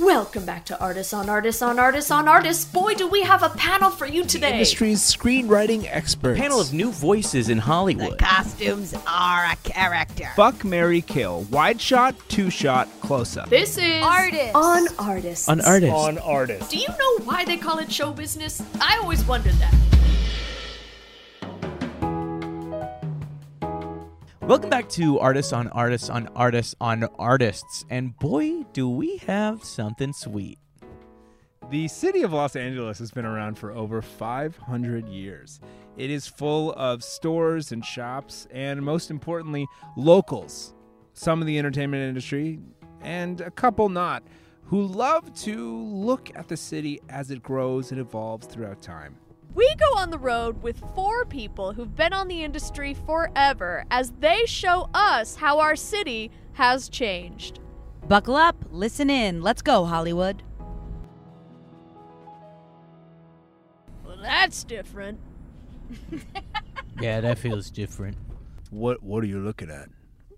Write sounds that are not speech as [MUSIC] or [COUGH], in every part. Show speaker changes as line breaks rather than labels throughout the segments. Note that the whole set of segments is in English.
Welcome back to Artists on Artists on Artists on Artists. Boy, do we have a panel for you today.
Industry's screenwriting experts.
panel of new voices in
The
Hollywood.
costumes are a character.
Fuck Mary Kill. Wide shot, two shot, close up.
This is
Artists.
on Artists.
An artist.
on artists.
Do you know why they call it show business? I always wondered that.
Welcome back to Artists on Artists on Artists on Artists. And boy, do we have something sweet.
The city of Los Angeles has been around for over 500 years. It is full of stores and shops, and most importantly, locals, some of the entertainment industry, and a couple not, who love to look at the city as it grows and evolves throughout time.
We go on the road with four people who've been on the industry forever as they show us how our city has changed.
Buckle up, listen in. Let's go, Hollywood.
Well, that's different.
Yeah, that feels different.
What What are you looking at?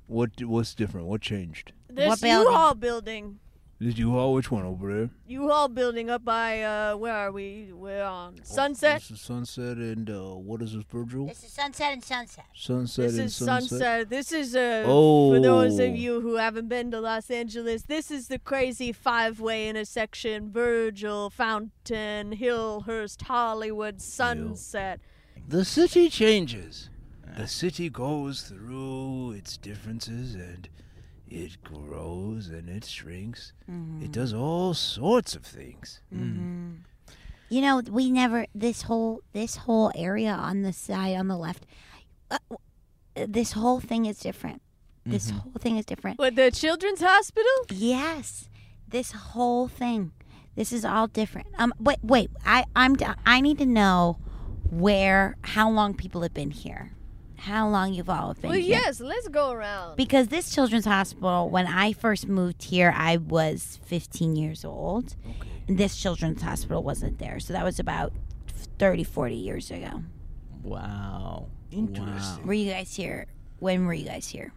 What What's different? What changed?
This
What building?
U-Haul building.
Did you all which one over there?
U-Haul building up by uh where are we? We're on Sunset.
This is Sunset and uh, what is this, Virgil?
This is Sunset and Sunset.
Sunset
This
and
is Sunset. This is uh
Oh.
for those of you who haven't been to Los Angeles. This is the crazy five-way intersection: Virgil, Fountain, Hillhurst, Hollywood, Sunset.
The city changes. The city goes through its differences and it grows and it shrinks.
Mm-hmm.
It does all sorts of things.
You know, we never this whole this whole area on the side on the left. Uh, w- this whole thing is different. This whole thing is different.
What the Children's Hospital?
Yes, this whole thing. This is all different. Um, wait, wait. I I'm d- I need to know where how long people have been here, how long you've all been
Well,
here.
yes, let's go around.
Because this children's hospital, when I first moved here, I was 15 years old. And this children's hospital wasn't there. So that was about 30, 40 years ago.
Wow.
Interesting.
Were you guys here? When were you guys here?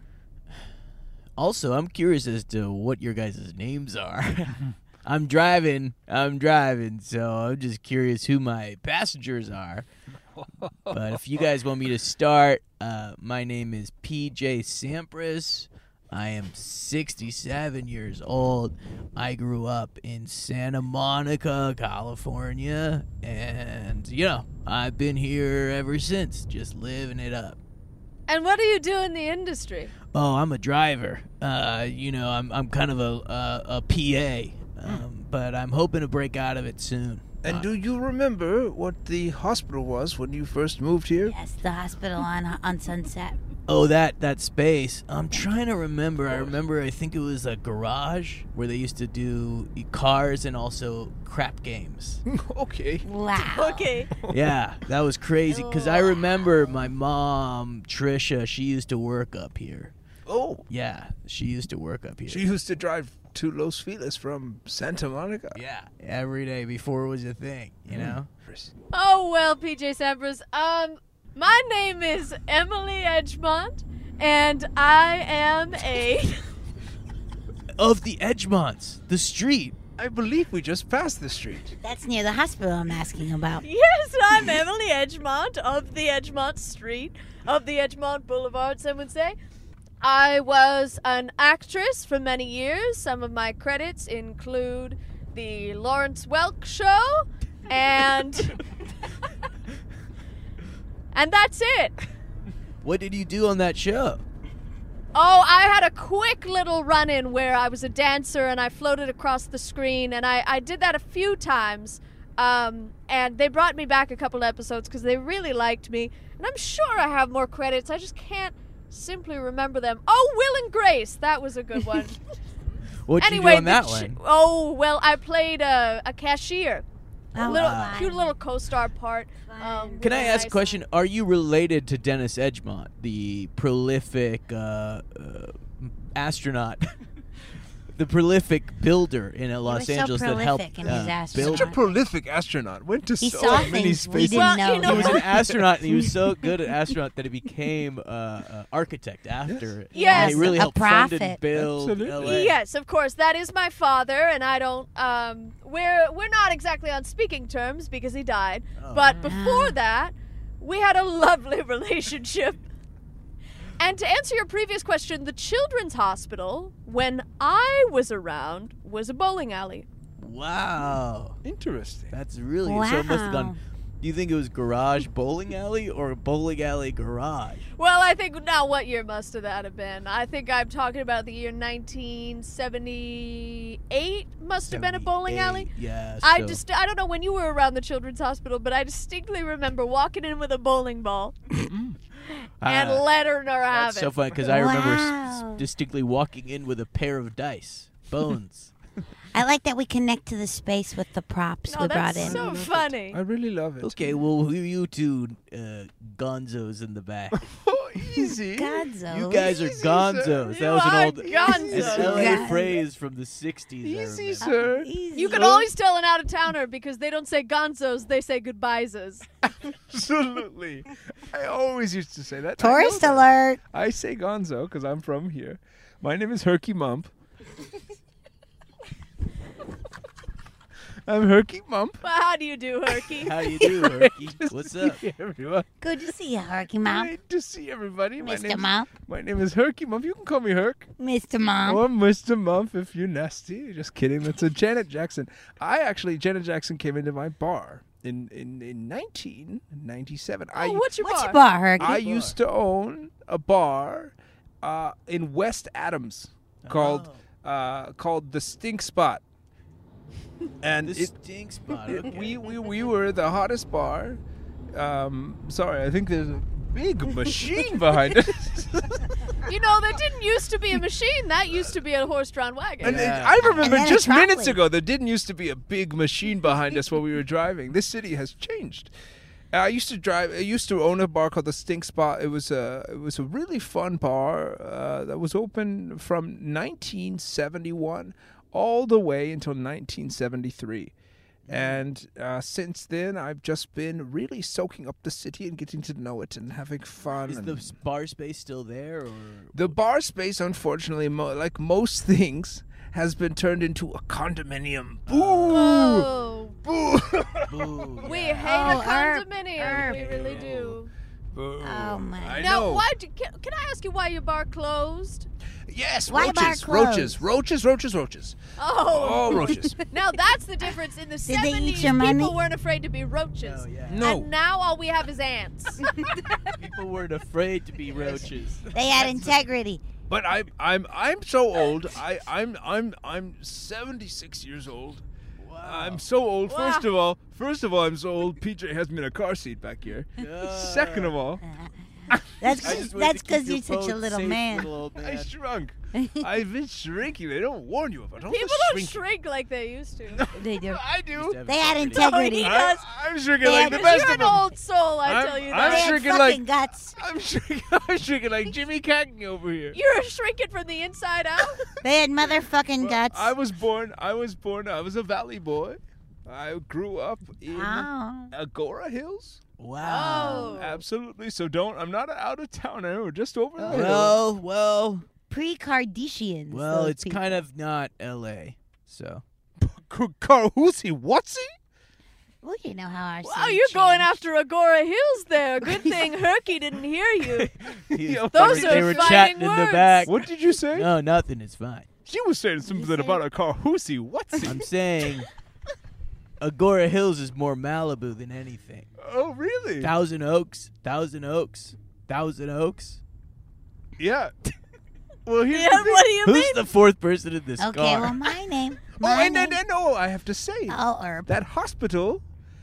Also, I'm curious as to what your guys' names are. [LAUGHS] I'm driving. I'm driving, so I'm just curious who my passengers are. but if you guys want me to start, uh, my name is PJ Sampras. I am 67 years old. I grew up in Santa Monica, California, and you know, I've been here ever since, just living it up.
And what do you do in the industry?
Oh, I'm a driver. Uh, you know, I'm I'm kind of a a, a PA, um, but I'm hoping to break out of it soon.
And do you remember what the hospital was when you first moved
[LAUGHS]
here? [LAUGHS]
Yes, the hospital on on Sunset.
Oh, that that space. I'm trying to remember. I remember. I think it was a garage where they used to do e, cars and also crap games.
okay.
Wow.
Okay.
yeah, that was crazy. Cause I remember my mom Trisha. She used to work up here.
Oh,
Yeah, she used to work up here.
she used to drive to Los Feliz from Santa Monica.
yeah, every day before it was a thing. You know.
Oh well, PJ Sampras. Um, my name is Emily Edgemont, and I am a.
Of the Edgemonts, the street.
I believe we just passed the street.
That's near the hospital I'm asking about.
yes, I'm Emily Edgemont of the Edgemont Street of the Edgemont Boulevard. Some would say. I was an actress for many years. Some of my credits include the Lawrence Welk Show, and and that's it.
What did you do on that show?
Oh, I had a quick little run in where I was a dancer and I floated across the screen, and I, I did that a few times. Um, and they brought me back a couple episodes because they really liked me. And I'm sure I have more credits, I just can't simply remember them. Oh, Will and Grace, that was
[LAUGHS]
a good one.
What did
anyway,
you do on that
the ch-
one?
oh, well, I played a, a cashier. A
Oh,
little,
fun.
cute little co star part.
Fun.
Um,
Can I
really
ask a
nice.
question? Are you related to Dennis Edgemont, the prolific uh, uh, astronaut [LAUGHS] the prolific builder in uh, Los
was so
Angeles that
prolific
helped
in his
uh,
astronaut.
build.
Such a
prolific astronaut. Went to
He
so
saw
many
things we
spaces.
didn't know.
you know,
He was
yeah.
an astronaut, and he was
[LAUGHS]
so good at astronaut that he became uh, uh, architect after. it.
Yes.
And he really
A
helped fund and
prophet.
build
Absolutely.
LA.
Yes, of course. That is my father, and I don't. Um, we're we're not exactly on speaking terms because he died. But before that, we had a lovely [LAUGHS] relationship. And to answer your previous question, the children's hospital, when I was around, was a bowling alley.
Wow,
Interesting.
that's really so. It must have
Wow.
gone. Do you think it was garage bowling alley or bowling alley garage?
Well, I think now what year must have that have been? I think I'm talking about the year 1978 must have been a bowling alley.
78, Yeah.
I
so-
just I don't know when you were around the children's hospital, but I distinctly remember walking in with a bowling ball and
Ah,
letting her have
that's
it.
so funny because I remember s-
Wow.
s- distinctly walking in with a pair of dice,
[LAUGHS]
bones.
I like that we connect to the space with the props
no,
we
Oh, that's
brought in.
so funny.
I really love it.
okay, well, who are you two uh, gonzos in
[LAUGHS]
the back?
Oh, easy.
Gonzo.
You guys are
Easy, sir.
gonzos.
You
That was an
are
old
gonzos.
It's LA
Gonzo.
phrase from the 60s. I
Easy,
remember.
sir.
Easy.
You can always tell an out of towner because they don't say gonzos, they say goodbyes.
Absolutely. I always used to say that. I know
Tourist
that.
alert.
I say gonzo because I'm from here. My name is Herky Mump. I'm Herky Mump.
Well, how do you do, Herky?
[LAUGHS]
[LAUGHS]
How you do, Herky? What's up?
Hey, everyone.
Good to see you, Herky Mom.
Great to see everybody. My
Mr.
name's,
Mom.
my name is Herky Mump. You can call me Herc.
Mr. Mom.
Or Mr. Mump if you're nasty. Just kidding. That's a Janet Jackson. I actually, Janet Jackson came into my bar in, in, in 1997. I,
Oh, what's your
What's
bar?
your bar, Herky?
I used to own a bar uh, in West Adams called
Oh.
uh, called the Stink
[LAUGHS]
Spot, and
The
it,
stink spot.
it- [LAUGHS]
Okay.
we, we we were the hottest bar. Um, sorry, I think there's a
[LAUGHS]
big machine behind [LAUGHS] us.
You know, that didn't used to be a machine. That used to be a horse-drawn wagon.
And
Yeah.
I remember
then a
just
trolley.
minutes ago there didn't used to be a big machine behind us while we were driving. This city has changed. I used to drive. I used to own a bar called the Stink Spot. It was a it was a really fun bar uh, that was open from 1971 all the way until 1973.
Mm-hmm.
And uh, since then, I've just been really soaking up the city and getting to know it and having fun.
Is
and-
the s- bar space still there? Or
the bar space, unfortunately, mo- like most [LAUGHS] things, has been turned into a condominium. Boo!
Oh,
Boo!
Boo,
we
yeah.
hate
Oh,
a
herp,
condominium. We
herp.
really do.
Boo.
Oh, my.
I
Now,
know.
why? Do, can, can I ask you why your bar closed?
Yes,
Why bar
roaches, roaches,
closed?
roaches, roaches, roaches.
Oh,
[LAUGHS]
Oh, roaches.
now that's the difference. In the
Did they eat
seventies,
your
people
money?
weren't afraid to be roaches,
Oh, yeah.
No.
and now all we have
[LAUGHS]
is ants.
People weren't afraid to be roaches.
They had integrity.
But I, I'm, I'm so old. I, I'm, I'm, I'm 76 years old. I'm so old. First of all, first of all, I'm so old. PJ has me in a car seat back here. Second of all,
That's
I just wanted
that's
to keep
because
your
you're such a
boat
little
safe,
man.
little old
I
man.
shrunk.
[LAUGHS]
I've been shrinking. They don't warn you about. it.
people
just
don't
shrink. you.
shrink like they used to.
[LAUGHS]
They do.
I do.
They had
he
integrity.
does. Yes.
I, am shrinking like the
Yeah,
best
You're
of
an
them.
old soul, I
I'm-
tell
I'm
you
They
that.
had
shrinking like-
fucking guts.
I'm shrinking. [LAUGHS] I'm shrinking like Jimmy Cagney over here.
You're shrinking from the inside out.
[LAUGHS]
They had motherfucking guts.
I was born. I was born. I was a valley boy. I grew up in
Oh.
Agora Hills.
Um, Wow.
Oh.
Absolutely. So don't. I'm not an out of towner. We're just over
Oh.
Oh.
the hill.
Well, well,
Pre-Cardicians.
well.
those
It's
people.
kind of not L.A. So
Carl, who's he? What's he?
Well, you know how our.
Wow,
city
you're going
changed.
after Agora Hills
[LAUGHS]
there. Good thing Herky didn't hear you.
Yo,
He- they were-
Those are
they were
fighting
chatting in
words.
the back.
What did you say?
No, nothing. It's fine.
She was saying something about a car. Who's he? What's
[LAUGHS]
he?
[LAUGHS]
I'm saying Agora Hills is more Malibu than anything.
Oh, really?
Thousand Oaks, Thousand Oaks, Thousand Oaks.
Yeah. Well, here's
Yeah,
the thing.
what do you
Who's
mean?
the fourth person in this
Okay,
car?
well, my name.
Oh,
My
and,
name.
and, and oh, I have to say
oh, herb.
that hospital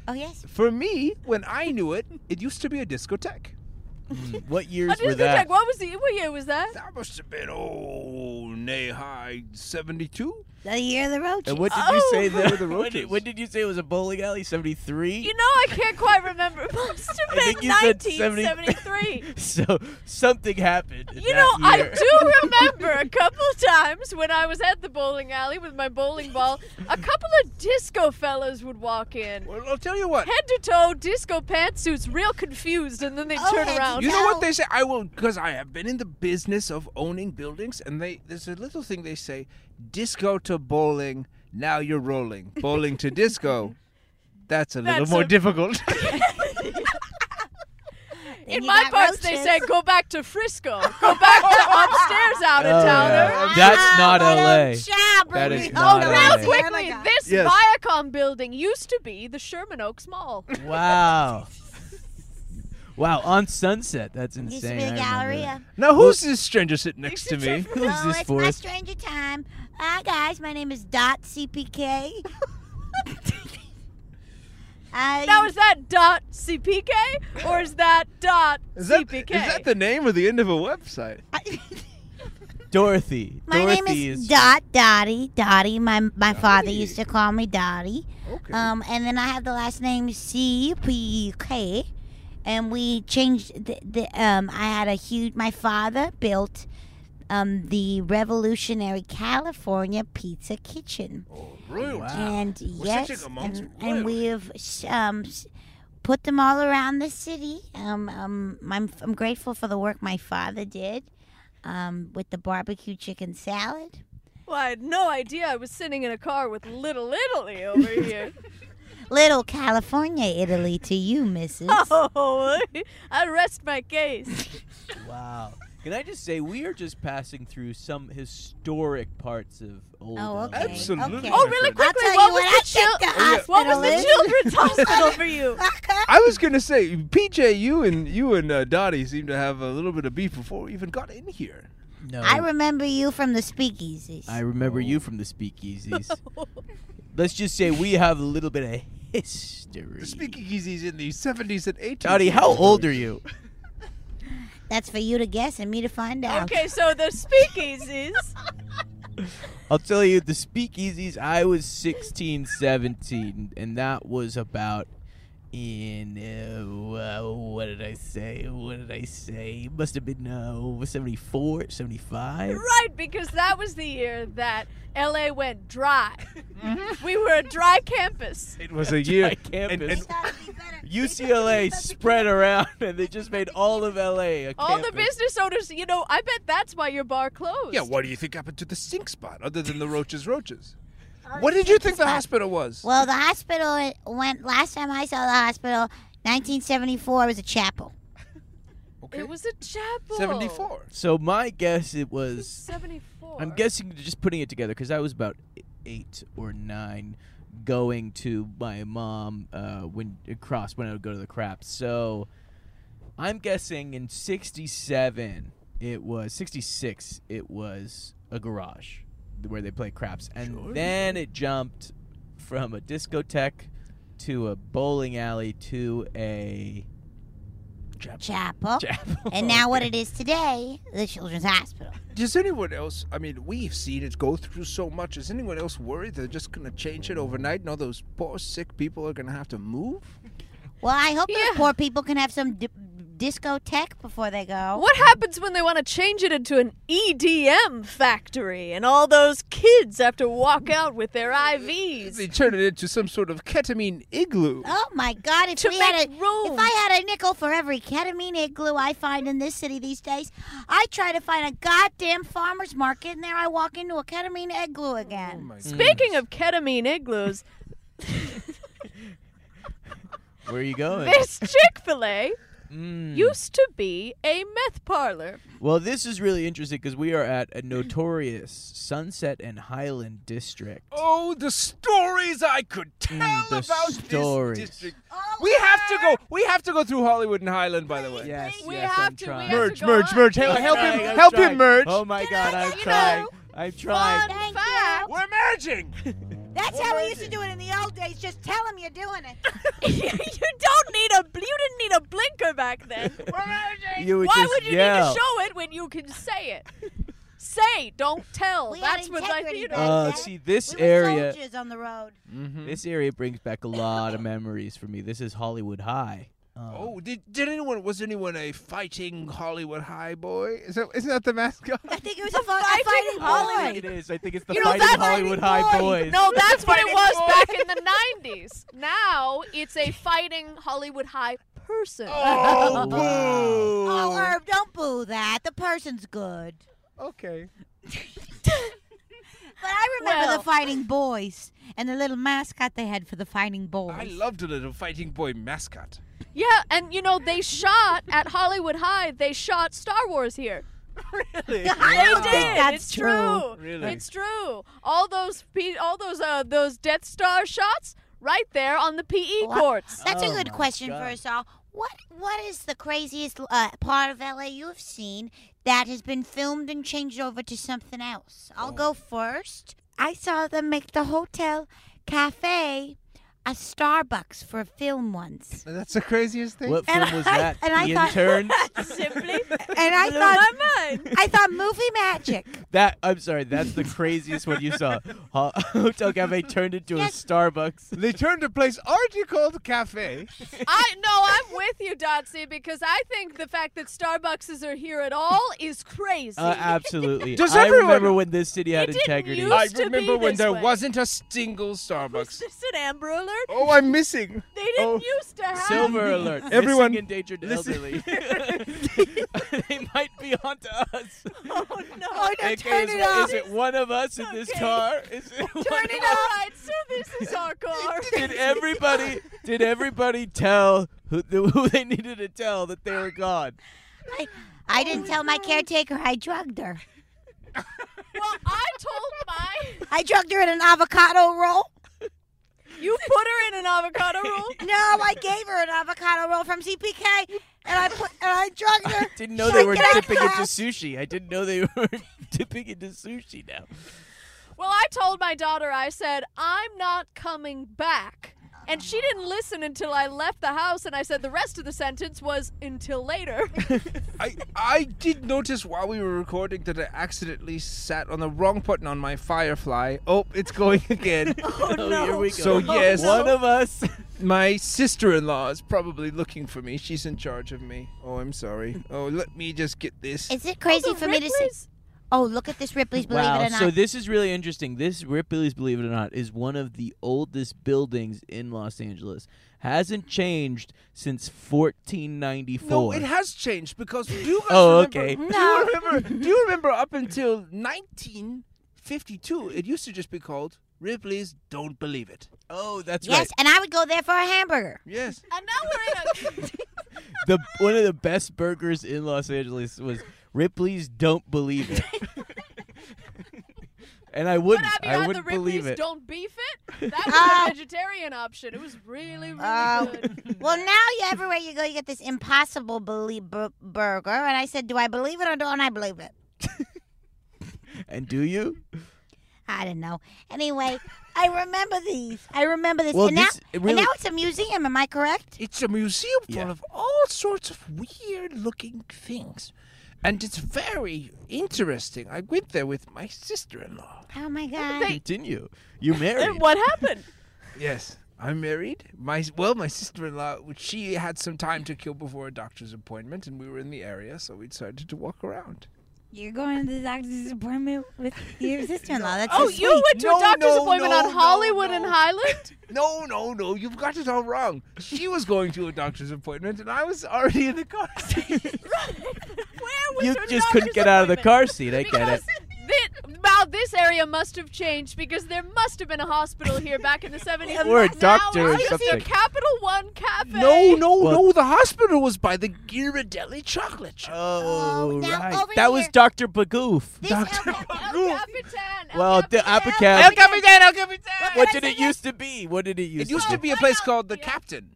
Oh, yes.
For me, when I knew it, it used to be a discotheque.
Mm, what
I
years
just
were
was
that?
like, what was the what year was that?
That must have been oh, nay high seventy-two.
the year of the roach.
And what did you say there were the
Oh! [LAUGHS] What did,
roaches?
what did you say it was a bowling alley? 73?
You know, I can't quite remember. [LAUGHS] It Must have
I think
been
you said
1973.
[LAUGHS] so something happened. in
You know,
that
I
year.
do remember a couple of times when I was at the bowling alley with my bowling ball, a couple of disco fellas would walk in.
Well, I'll tell you what.
Head to toe disco pantsuits, real confused, and then they
Oh,
turn
head to
around.
You know
No.
what they say? I will, because I have been in the business of owning buildings, and they there's a little thing they say: disco to bowling, now you're
[LAUGHS]
rolling. Bowling to disco, that's a little
That's
more
a- [LAUGHS]
difficult. [LAUGHS]
Then
In
you
my
got
parts, they
roaches.
said, go back to Frisco. Go back
[LAUGHS]
to upstairs out
Oh,
of towner.
yeah. That's not
Ah, what a
LA.
job,
That is
Rudy.
not LA.
Oh, no,
Real
Santa
Quickly,
God.
this
Yes.
Viacom building used to be the Sherman Oaks
[LAUGHS]
Mall.
[LAUGHS] Wow. [LAUGHS] wow, on Sunset. That's insane.
Used to be
I
a
remember
galleria.
now, who's this stranger sitting next to me?
that. [LAUGHS] Who's
oh,
this
it's
for?
my stranger time. Hi, guys. My name is Dot CPK. [LAUGHS] I,
Now
[LAUGHS]
is that dot CPK or is that dot
Is that, is
CPK?
that the name or the end of a website?
Dorothy.
my
Dorothy
name is, Dot Dottie. Dottie. My my father used to call me Dottie.
Okay.
Um, and then I have the last name CPK, and we changed the, the um. I had a huge. My father built um the revolutionary California pizza kitchen.
Royalty.
and yes,
such a amongst
and, and we've s- um, s- put them all around the city. Um, um, I'm, I'm grateful for the work my father did um, with the barbecue chicken salad.
Well, I had no idea I was sitting in a car with Little
[LAUGHS]
Italy over here.
Little California, Italy to you, missus.
[LAUGHS] oh, I rest my case.
[LAUGHS]
Wow. Can I just say we are just passing through some historic parts of old um,
Oh,
LA.
okay.
Absolutely.
Okay.
Oh,
Oh, really
I'll
quickly,
tell
what
you
was
what I
the chil-
think the
What was
hospital
the
is. [LAUGHS]
children's hospital for you?
I was gonna say, PJ, you and you and uh, Dottie seem to have a little bit of beef before we even got in here.
No. Oh.
I remember you from the speakeasies.
I remember you from the
[LAUGHS]
speakeasies. Let's just say we have a little bit of history.
The speakeasies in the 70s and 80s.
Dottie, how old are you?
That's for you to guess and me to find out.
Okay, so the speakeasies.
I'll tell you, the speakeasies, I was 16, 17, and that was about in, uh, uh, what did I say? What did I say? It must have been uh, 74, 75.
Right, because that was the year that LA went dry.
Mm-hmm.
We were a dry campus.
It
[LAUGHS]
was a year.
campus.
and- and-
[LAUGHS]
UCLA spread around, and they just made all of LA a
All the
campus.
business owners, you know, I bet that's why your bar closed.
yeah, what do you think happened to the sink spot other than the roaches, roaches? What did you think the hospital was?
Well, the hospital went last time I saw the hospital, 1974 was a chapel.
Okay.
It was a chapel.
74.
So my guess it was,
74.
I'm guessing just putting it together, because I was about e-, eight or nine going to my mom uh, when across when I would go to the crap. So I'm guessing in 67, it was 66, it was a garage where they play craps. And then it jumped from a discotheque to a bowling alley to a
Chapel.
chapel.
And now what it is today, the Children's Hospital.
Does anyone else? I mean, we've seen it go through so much. Is anyone else worried they're just going to change it overnight and all those poor sick people are going to have to move?
Well, I hope
Yeah.
those poor people can have some di- discotheque before they go.
What happens when they want to change it into an EDM factory and all those kids have to walk out with their
They
IVs?
turn it into some sort of ketamine igloo.
Uh,
Oh my God! If
To
we had a
make room.
if I had a nickel for every ketamine igloo I find in this city these days, I try to find a goddamn farmer's market, and there I walk into a ketamine igloo
Oh,
again.
Mm.
Speaking of
[LAUGHS]
ketamine igloos,
[LAUGHS] Where are you going?
this Chick fil A
Mm.
used to be a meth parlor. [LAUGHS]
Well, this is really interesting because we are at a notorious Sunset and Highland district.
Oh, the stories I could tell
Mm, the
about
stories.
this district.
Oh,
We have to go. We have to go through Hollywood and Highland, by the way.
Yes,
We
yes,
have
I'm
to- we
trying.
have
Merge,
to go
merge,
on.
merge. Help,
I'm
help
trying,
him.
I'm
Help
trying.
him merge.
Oh my God, I'm
you
trying.
know,
I'm trying.
fun
Thank
fact.
We're merging.
That's how we used to do it in the old days. Just tell them you're doing it.
you don't need a bl- you didn't need
[LAUGHS]
a blinker back then.
You would
Why
just
would you
yell.
need to show it when you can say it? say, don't tell.
We had
That's what I
integrity
you know.
back
Uh,
then.
see, this
we were
area-
soldiers on the road.
Mm-hmm.
This area brings back a lot of memories for me. This is Hollywood High. Uh,
Oh, did, did anyone was anyone a fighting Hollywood High boy? Is that isn't that the mascot?
I think it was a, fi- a fighting
It
Hollywood.
is. I think it's the
You know,
Fighting
that's-
Hollywood High
[LAUGHS]
Boys.
No, that's what it
Fighting
was
boy.
back in the 90s. Now
[LAUGHS]
it's a fighting Hollywood High person. [LAUGHS]
Oh,
Wow.
Oh, Herb, don't boo that. The person's good.
[LAUGHS] okay.
But I remember
Well-
the fighting boys and the little mascot they had for the fighting boys.
I loved a little fighting boy mascot.
Yeah, and you know, they shot at Hollywood High, they shot Star Wars here.
Really?
I
They
don't
did.
think that's
it's
true.
true.
Really?
It's true. All those pe- all those uh, those Death Star shots right there on the PE
What? [LAUGHS]
courts.
That's
Oh
a good
my
question for
God.
us all. What What is the craziest uh, part of LA you have seen that has been filmed and changed over to something else?
Oh.
I'll go first. I saw them make the hotel cafe a Starbucks for
[LAUGHS]
film once.
That's the craziest thing.
What
And
film was
I-
that?
and I
the
thought-
Intern?
Simply
And I
blew my
thought
mind.
I thought movie magic.
that I'm sorry. That's the craziest one you saw. Ho- [LAUGHS] Hotel Cafe turned into
Yes.
a Starbucks.
They turned a place already called Cafe.
I no, I'm with you, Dotsy, because I think the fact that Starbuckses are here at all is crazy.
Uh, absolutely.
Does
I
everyone-
remember when this city had
didn't
integrity.
use-
I
Used to
remember
be
when
this
there
way.
wasn't a single Starbucks.
[LAUGHS] Is this an Amber Alert?
oh, I'm missing.
They didn't
oh.
used to have.
Silver alert.
Everyone,
Missing endangered
listen.
elderly. [LAUGHS] they might be onto us.
Oh [LAUGHS] no!
Okay, is, is it one of us in this
Okay.
car? Is it one
[LAUGHS] Turn it off. All right, so this
[LAUGHS]
is our car.
Did everybody did everybody tell who, who [LAUGHS] they needed to tell that they were gone?
I, I didn't tell my caretaker I drugged her.
[LAUGHS] well, I told my. [LAUGHS]
I drugged her in an avocado roll.
You put her in an avocado
[LAUGHS]
roll.
No, I gave her an avocado roll from CPK, and I put and I drugged her.
Didn't know they were
Get out of
dipping into
class.
sushi. I didn't know they [LAUGHS] were dipping into sushi now.
Well, I told my daughter, I said, I'm not coming back. And she didn't listen until I left the house, and I said the rest of the sentence was until later.
I I did notice while we were recording that I accidentally sat on the wrong button on my Firefly. Oh, it's going [LAUGHS] again.
[LAUGHS]
Oh, here we go.
So, yes.
one of us.
my sister-in-law is probably looking for me. She's in charge of me. Oh, I'm sorry. Oh, let me just get this.
Is it crazy for me to say?
Ripley's-
Oh, look at this Ripley's Believe
wow.
It or Not.
So this is really interesting. This Ripley's, believe it or not, is one of the oldest buildings in Los Angeles. Hasn't changed since 1494.
No, it has changed because do you guys
[LAUGHS] Oh,
remember?
okay.
Do you remember? do you remember up until 1952, it used to just be called Ripley's Don't Believe It.
oh, that's
yes,
right.
and I would go there for a hamburger.
Yes.
And now we're in a.
the one of the best burgers in Los Angeles was Ripley's. Don't believe it. and I
What
wouldn't.
have you
I
had the
wouldn't believe
Ripley's
it.
Don't Beef It? That was
Ah.
a vegetarian option. It was really, really
Oh.
good.
Well, now you everywhere you go, you get this impossible believe bur- burger, and I said, "Do I believe it or don't I believe it?"
And do you?
I don't know. Anyway, I remember these. I remember this.
Well,
and
this-
now,
it really-
and now it's a museum. Am I correct?
It's a museum full
Yeah.
of all sorts of weird looking things. And it's very interesting. I went there with my sister in law.
Oh my god!
Continue. You
And
married.
what happened?
Yes. I'm married. My well, my sister-in-law, she had some time to kill before a doctor's appointment, and we were in the area, so we decided to walk around.
You're going to the doctor's appointment with [LAUGHS] your sister-in-law. That's
Oh,
so
you
sweet.
went to
No,
a doctor's
no,
appointment
no,
on Hollywood
no,
and
no.
[LAUGHS]
Highland?
No, no, no, you've got it all wrong. She was going to a doctor's appointment and I was already in the car. [LAUGHS]
Where was
you
your
just couldn't
doctor's
get out of the
appointment?
car seat. I get it.
Because thi- wow, this area must have changed because there must have been a hospital here back in the 70s.
Or a
Now
doctor or
it's just
something.
a Capital One cafe.
no, no,
Well-
no, the hospital was by the Ghirardelli chocolate shop.
Oh,
now
right.
over
That was
here-
Dr. Bagoof.
This
Doctor-
El-
El Capitan. El
Well, the Apocal-
Capitan.
El Capitan, El Capitan!
What did it used to be? What did it
It
used
used
to
to
be?
be a place called the Captain.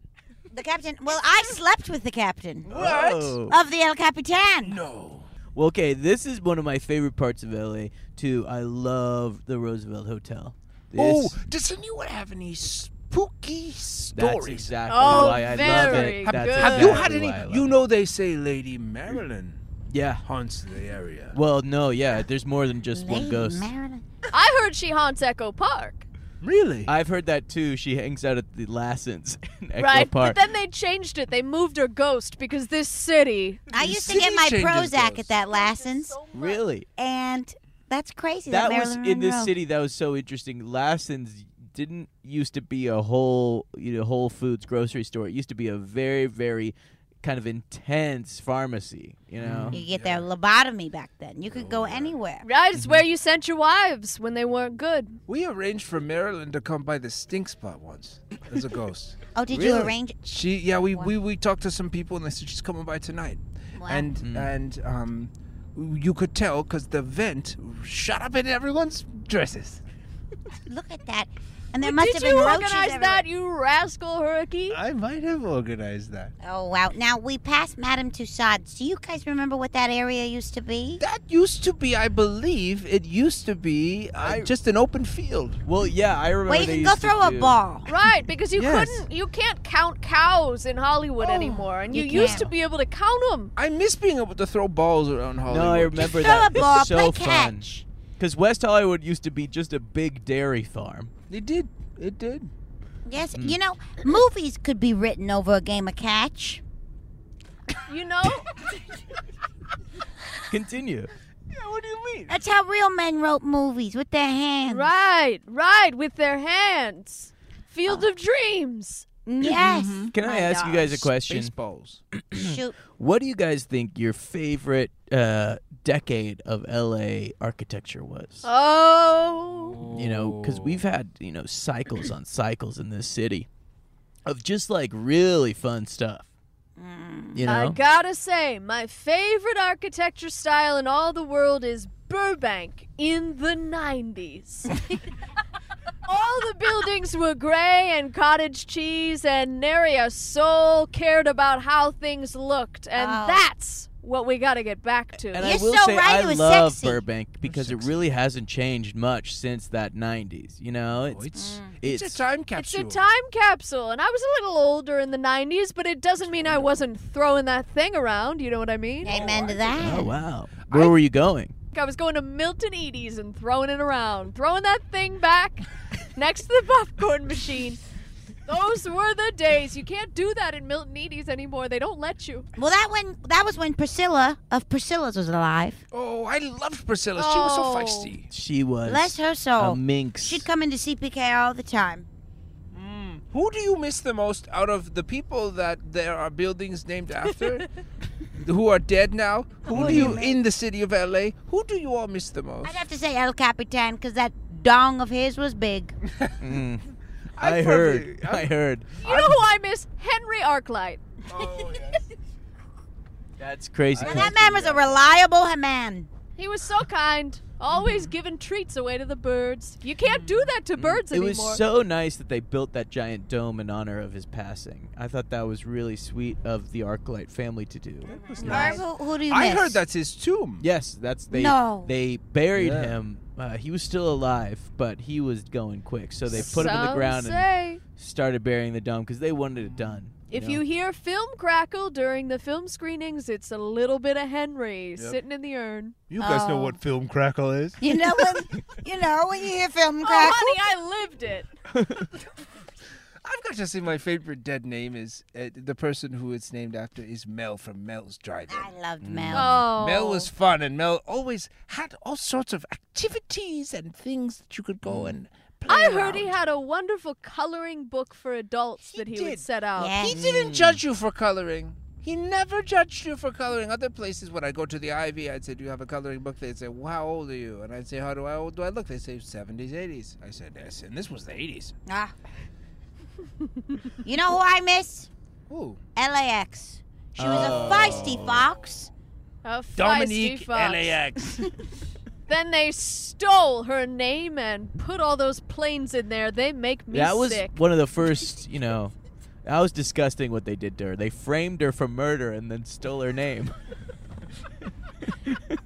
the captain. Well, I slept with the captain
Oh.
of the El Capitan.
No.
Well, okay, this is one of my favorite parts of LA too. I love the Roosevelt Hotel.
Oh,
This-
does anyone have any spooky
that's
stories?
exactly
Oh,
why I love
very
it. That's
good.
have you had
exactly
any?
why I love
You
it.
know they say Lady Marilyn
Yeah.
haunts the area.
Well, no, yeah. There's more than just one
Lady
ghost.
Marilyn.
I heard she haunts Echo Park.
Really?
I've heard that too. She hangs out at the Lassens [LAUGHS] in Echo
right?
Park.
But then they changed it. They moved her ghost because this city.
I
The
used to get
city
my
changes
Prozac
those.
at that Lassen's,
really?
and that's crazy. That,
That was
Marilyn
in this
Monroe-
city that was so interesting. Lassens didn't used to be a whole you know Whole Foods grocery store. It used to be a very very kind of intense pharmacy, you know.
You could get their lobotomy back then. You could go anywhere.
Right, it's where you sent your wives when they weren't good.
we arranged for Marilyn to come by the stink spot once as a ghost.
Oh, did you
Really?
arrange?
She yeah, we, we we talked to some people and they said she's coming by tonight. And and um you could tell cuz the vent shot up in everyone's dresses.
Look at that. And there must
Did
have
you
been roaches
organize
everywhere.
that, you rascal Herky?
I might have organized that.
Oh wow! Now we passed Madame Tussauds. Do you guys remember what that area used to be?
That used to be, I believe, it used to be uh, just an open field.
Well, yeah, I remember.
Where you
they
can go
used to
throw a
do-
ball.
Right, because you
Yes.
couldn't, you can't count cows in Hollywood anymore, and you,
you
used
can't.
to be able to count them.
I miss being able to throw balls around Hollywood.
No, I remember
Throw
that.
a ball,
It's so
play
fun.
catch.
Because West Hollywood used to be just a big dairy farm.
It did. It did.
Yes,
Mm.
you know, movies could be written over a game of catch.
You know, [LAUGHS]
Continue.
That's how real men wrote movies with their hands.
right, right, with their hands. Field of Dreams.
Yes.
Can I ask you guys a question?
Spaceballs.
[CLEARS THROAT]
Shoot.
What do you guys think your favorite uh, decade of LA architecture was?
Oh,
you know, because we've had you know cycles on cycles in this city of just like really fun stuff.
Mm.
You
I
know,
gotta say, my favorite architecture style in all the world is Burbank in the 90s. all the buildings were gray and cottage cheese, and nary a soul cared about how things looked. And
Oh.
that's what we gotta get back to.
and I
You're
will
so
say
right,
I
it was
love
sexy.
Burbank because it really hasn't changed much since that '90s. You know, Oh, it's
it's,
Mm.
it's,
it's a time
it's
capsule.
a time capsule, and I was a little older in the 90s, but it doesn't mean I wasn't throwing that thing around. You know what I mean?
Amen to that.
oh wow. Where were you going?
I was going to Milton Edie's and throwing it around, throwing that thing back
[LAUGHS]
next to the popcorn machine. Those were the days. You can't do that in Milton Edie's anymore. They don't let you.
Well, that when that was when Priscilla of Priscilla's was alive.
Oh, I loved Priscilla. She was
Oh.
so feisty.
She was
Bless her
a
soul.
minx.
She'd come into CPK all the time.
Who do you miss the most out of the people that there are buildings named after? who are dead now? Who do you in the city of LA? Who do you all miss the most?
I'd have to say El Capitan because that dong of his was
[LAUGHS]
big.
Mm. I,
I
heard.
probably-
I heard.
You know who I miss? Henry Arclight.
[LAUGHS]
That's crazy.
Now, that man was a reliable man.
He was so kind, always giving treats away to the birds. You can't do that to Mm-hmm. birds
Mm. it was
anymore.
so nice that they built that giant dome in honor of his passing. I thought that was really sweet of the Arclight family to do.
Marv, who, who do you
I
miss?
heard that's his tomb.
Yes, that's they.
No.
They buried
Yeah.
him. Uh, he was still alive, but he was going quick. So they put him in the
Some
ground and
say,
started burying the dome because they wanted it done.
if
know?
you hear film crackle during the film screenings, it's a little bit of Henry sitting in the urn.
You guys know
Oh.
what film crackle is?
You know when [LAUGHS] you know when you hear film
Oh,
crackle.
honey, I lived it.
I've got to say my favorite dead name is uh, the person who it's named after is Mel from Mel's Drive-In.
I
Mm.
loved Mel.
Oh.
Mel was fun, and Mel always had all sorts of activities and things that you could go and play.
I heard he
around.
had a wonderful coloring book for adults that Oh, he would
did.
set out.
Yes.
He didn't
Hmm.
judge you for coloring. He never judged you for coloring. Other places, when I go to the Ivy, I'd say, "Do you have a coloring book?" They'd say, well, "How old are you?" And I'd say, "How do I old do I look?" They say, "70s, 80s." I said, "Yes," and this was the 80s.
Ah. you know who I miss?
Ooh,
LAX. She was
Oh.
a feisty fox.
A feisty
Dominique
fox.
LAX.
Then they stole her name and put all those planes in there. They make me
that was
sick.
one of the first, you know. That was disgusting what they did to her. They framed her for murder and then stole her name.
[LAUGHS]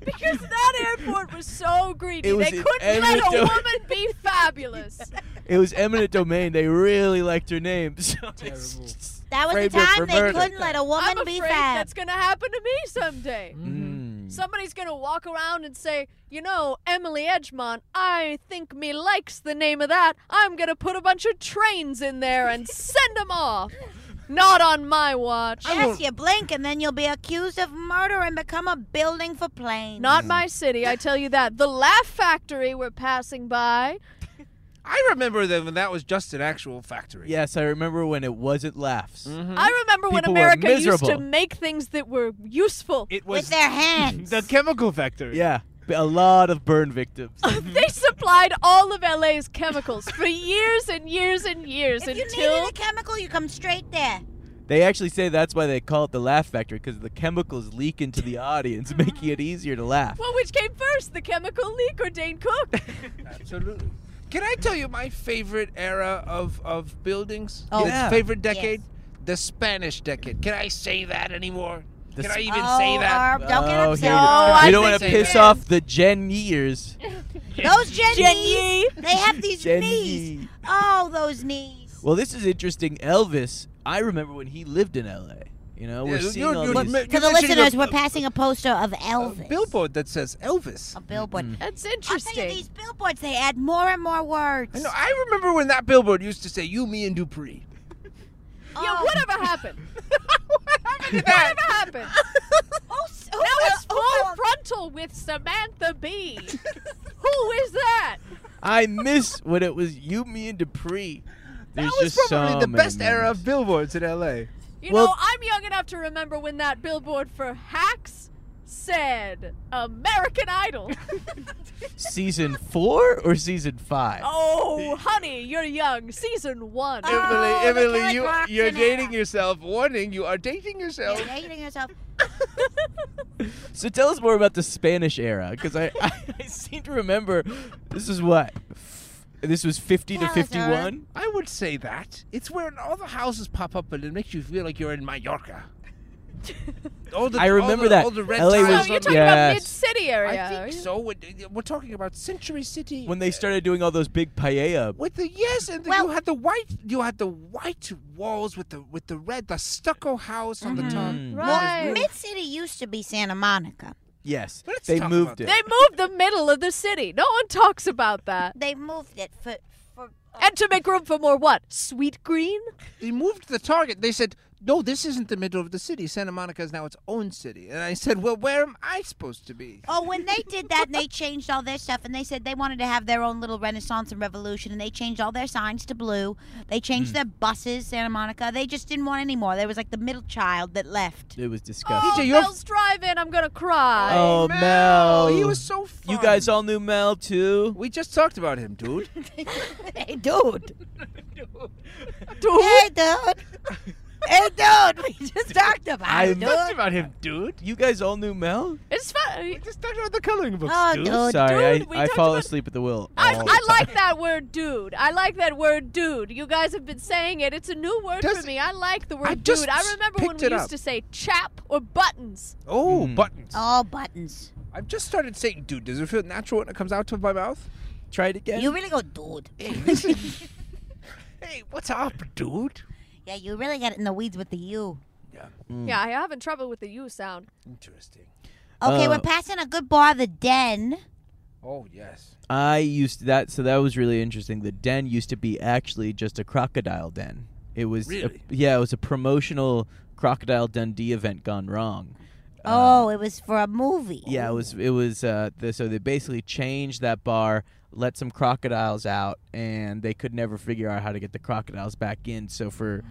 Because that airport was so
[LAUGHS]
greedy.
It was
they
in
couldn't
every
let a
do-
woman be fabulous.
it was eminent domain. They really liked her name. [LAUGHS] So it's just-
That was
Framed
the
her for
time they
murder.
couldn't let a
I'm
woman
afraid
be fab.
that's going to happen to me someday.
Mm.
Mm-hmm.
Somebody's gonna walk around and say, you know, Emily Edgemont, I think me likes the name of that. I'm gonna put a bunch of trains in there [LAUGHS] and send them off. Not on my watch.
Yes, you blink and then you'll be accused of murder and become a building for planes.
[LAUGHS] Not my city, I tell you that. The Laugh Factory we're passing by.
[LAUGHS] I remember that when that was just an actual factory.
Yes, I remember when it wasn't laughs.
Mm-hmm.
I remember when
People were
America used to
miserable.
make things that were [LAUGHS] useful.
It was
with their
[LAUGHS]
hands.
the chemical factory.
Yeah, b- a lot of burn victims.
they supplied all of LA's chemicals for years and years and years
if you
until
needed a chemical, you come straight there.
they actually say that's why they call it the laugh factory because the chemicals leak into the audience, [LAUGHS] making it easier to laugh.
Well, which came first, the chemical leak or Dane Cook?
Absolutely. Can I tell you my favorite era of, of buildings?
Oh.
The
Yeah.
favorite decade? The Spanish decade. Can I say that anymore?
The
Can I
s-
even
oh,
say that?
Arb, don't get
Oh,
upset.
here
No, I
we don't want to
think-
piss off the Gen years.
Those Gen,
Gen
Ys,
Yi.
they have these
Gen
knees.
Yi.
Oh, those knees.
Well, this is interesting. Elvis, I remember when he lived in L.A. You know, we're
Yeah,
seeing
you-
all
you- you
these-
For the
mentioned a-
listeners, we're
a-
passing a poster of
a
Elvis.
billboard Hmm. that says Elvis.
A billboard.
That's
I'll tell you,
interesting.
these billboards, they add more and more words.
I know. I remember when that billboard used to say "You, me, and Dupree."
Um, Oh.
Yeah,
[LAUGHS]
whatever happened?
what happened to that?
Whatever happened?
Oh, so
Now
[LAUGHS]
it's full frontal with Samantha Bee. Who is that?
I miss when it was you, me, and Dupree. There's
That was
just
Oh,
probably
so
the
many
best era
memories.
of billboards in LA.
You
Well-
know, I'm young enough to remember when that billboard for Hacks said American Idol.
season four or season five.
oh, honey, you're young. Season one.
Oh, the Kelly Clarkson era.
yourself. Warning, you are dating yourself.
You're dating yourself.
So tell us more about the Spanish era, because I, I, I seem to remember this is what F- this was fifty to
Tell us,
fifty one.
I would say that it's where all the houses pop up and it makes you feel like you're in Mallorca.
[LAUGHS]
all the,
I
all
remember
the-
that.
all the red
LA
tiles
was-
so
on the-
you're talking
Yes.
about mid-city area.
I
are you?
think so. We're, we're talking about Century City.
When they started doing all those big paella.
with the yes, and the,
Well-
you had the white, you had the white walls with the with the red, the stucco house on the top.
Right.
Mid City used to be Santa Monica.
Yes,
Let's
they
talk
moved
about
it.
that.
They moved the middle of the city. No one talks about that.
They moved it for. for
And to make room for more what? Sweet green?
They moved the target. They said, "No, this isn't the middle of the city. Santa Monica is now its own city." And I said, "Well, where am I supposed to be?"
Oh, when they did that, and they changed all their stuff, and they said they wanted to have their own little renaissance and revolution, and they changed all their signs to blue. They changed their buses, Santa Monica. They just didn't want any more. There was like the middle child
[LAUGHS]
that left.
It was
Oh,
disgusting.
PJ, you're-
Mel's driving. I'm gonna cry.
Oh, Mel.
he was so fun.
you guys all knew Mel too.
We just talked about him,
[LAUGHS]
dude.
[LAUGHS] Hey, dude.
Dude.
Hey, dude. hey, dude. We just talked about
I
it,
must
dude.
about him, dude.
You guys all knew Mel.
It's fun.
Just talked about the coloring books,
Oh,
dude.
dude.
Sorry,
dude, we
I, I
talked
fall
about-
asleep at the wheel.
I,
all the
I
time.
like that word, dude. I like that word, dude. You guys have been saying it. It's a new word
Does-
for me. I like the word,
I just
dude. I remember when
picked
we
it
used
up.
to say chap or buttons.
Oh,
Mm.
buttons.
All buttons.
I've just started saying, dude. Does it feel natural when it comes out of my mouth?
Try it again.
You really go, dude.
Hey, what's up, dude?
Yeah, you really got it in the weeds with the U.
Mm.
Yeah, I'm having trouble with the U sound.
Interesting.
Okay,
Uh,
we're passing a good bar, the Den.
Oh yes.
I used to, that, so that was really interesting. The den used to be actually just a crocodile den. It was, a-
Really?
yeah, it was a promotional crocodile Dundee event gone wrong.
Oh, it was for a movie.
Uh, Yeah, it was. It was. Uh, the, so they basically changed that bar, let some crocodiles out, and they could never figure out how to get the crocodiles back in. So for,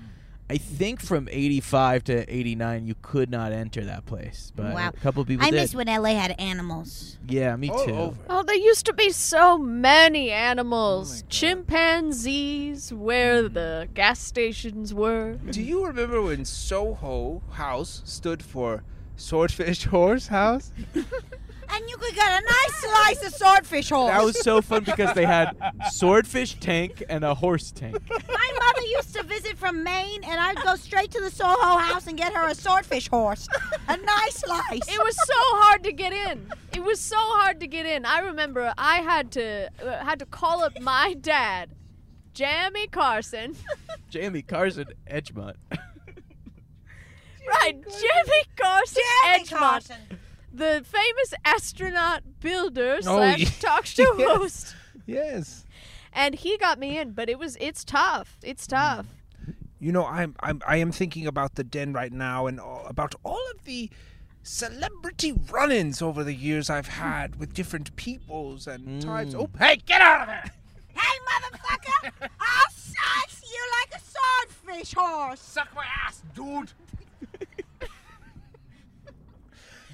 I think from '85 to '89, you could not enter that place. But
Wow.
a couple people
I
did.
miss when LA had animals.
yeah, me
All
too.
over.
Oh, there used to be so many
Oh
animals. Chimpanzees, where the gas stations were.
Do you remember when Soho House stood for Swordfish [LAUGHS] Horse House?
And you could get a nice slice of swordfish horse.
That was so fun because they had [LAUGHS] swordfish tank and a horse tank.
[LAUGHS] My mother used to visit from Maine, and I'd go straight to the Soho house and get her a swordfish horse. A nice slice.
It was so hard to get in. It was so hard to get in. I remember I had to uh, had to call up my dad, Jamie Carson.
Jamie Carson [LAUGHS] Edgemont.
right, Jamie Carson
Jamie
Edgemont.
Carson.
the famous astronaut builder
Oh,
slash
yeah.
talk show
[LAUGHS] Yes.
host,
Yes.
and he got me in. But it was it's tough.
Mm.
It's tough.
You know, I'm I'm I am thinking about the den right now and all, about all of the celebrity run-ins over the years I've had with different peoples and types. Oh, hey, get out of here! [LAUGHS]
Hey, motherfucker! I'll slice you like a swordfish horse.
Suck my ass, dude. [LAUGHS]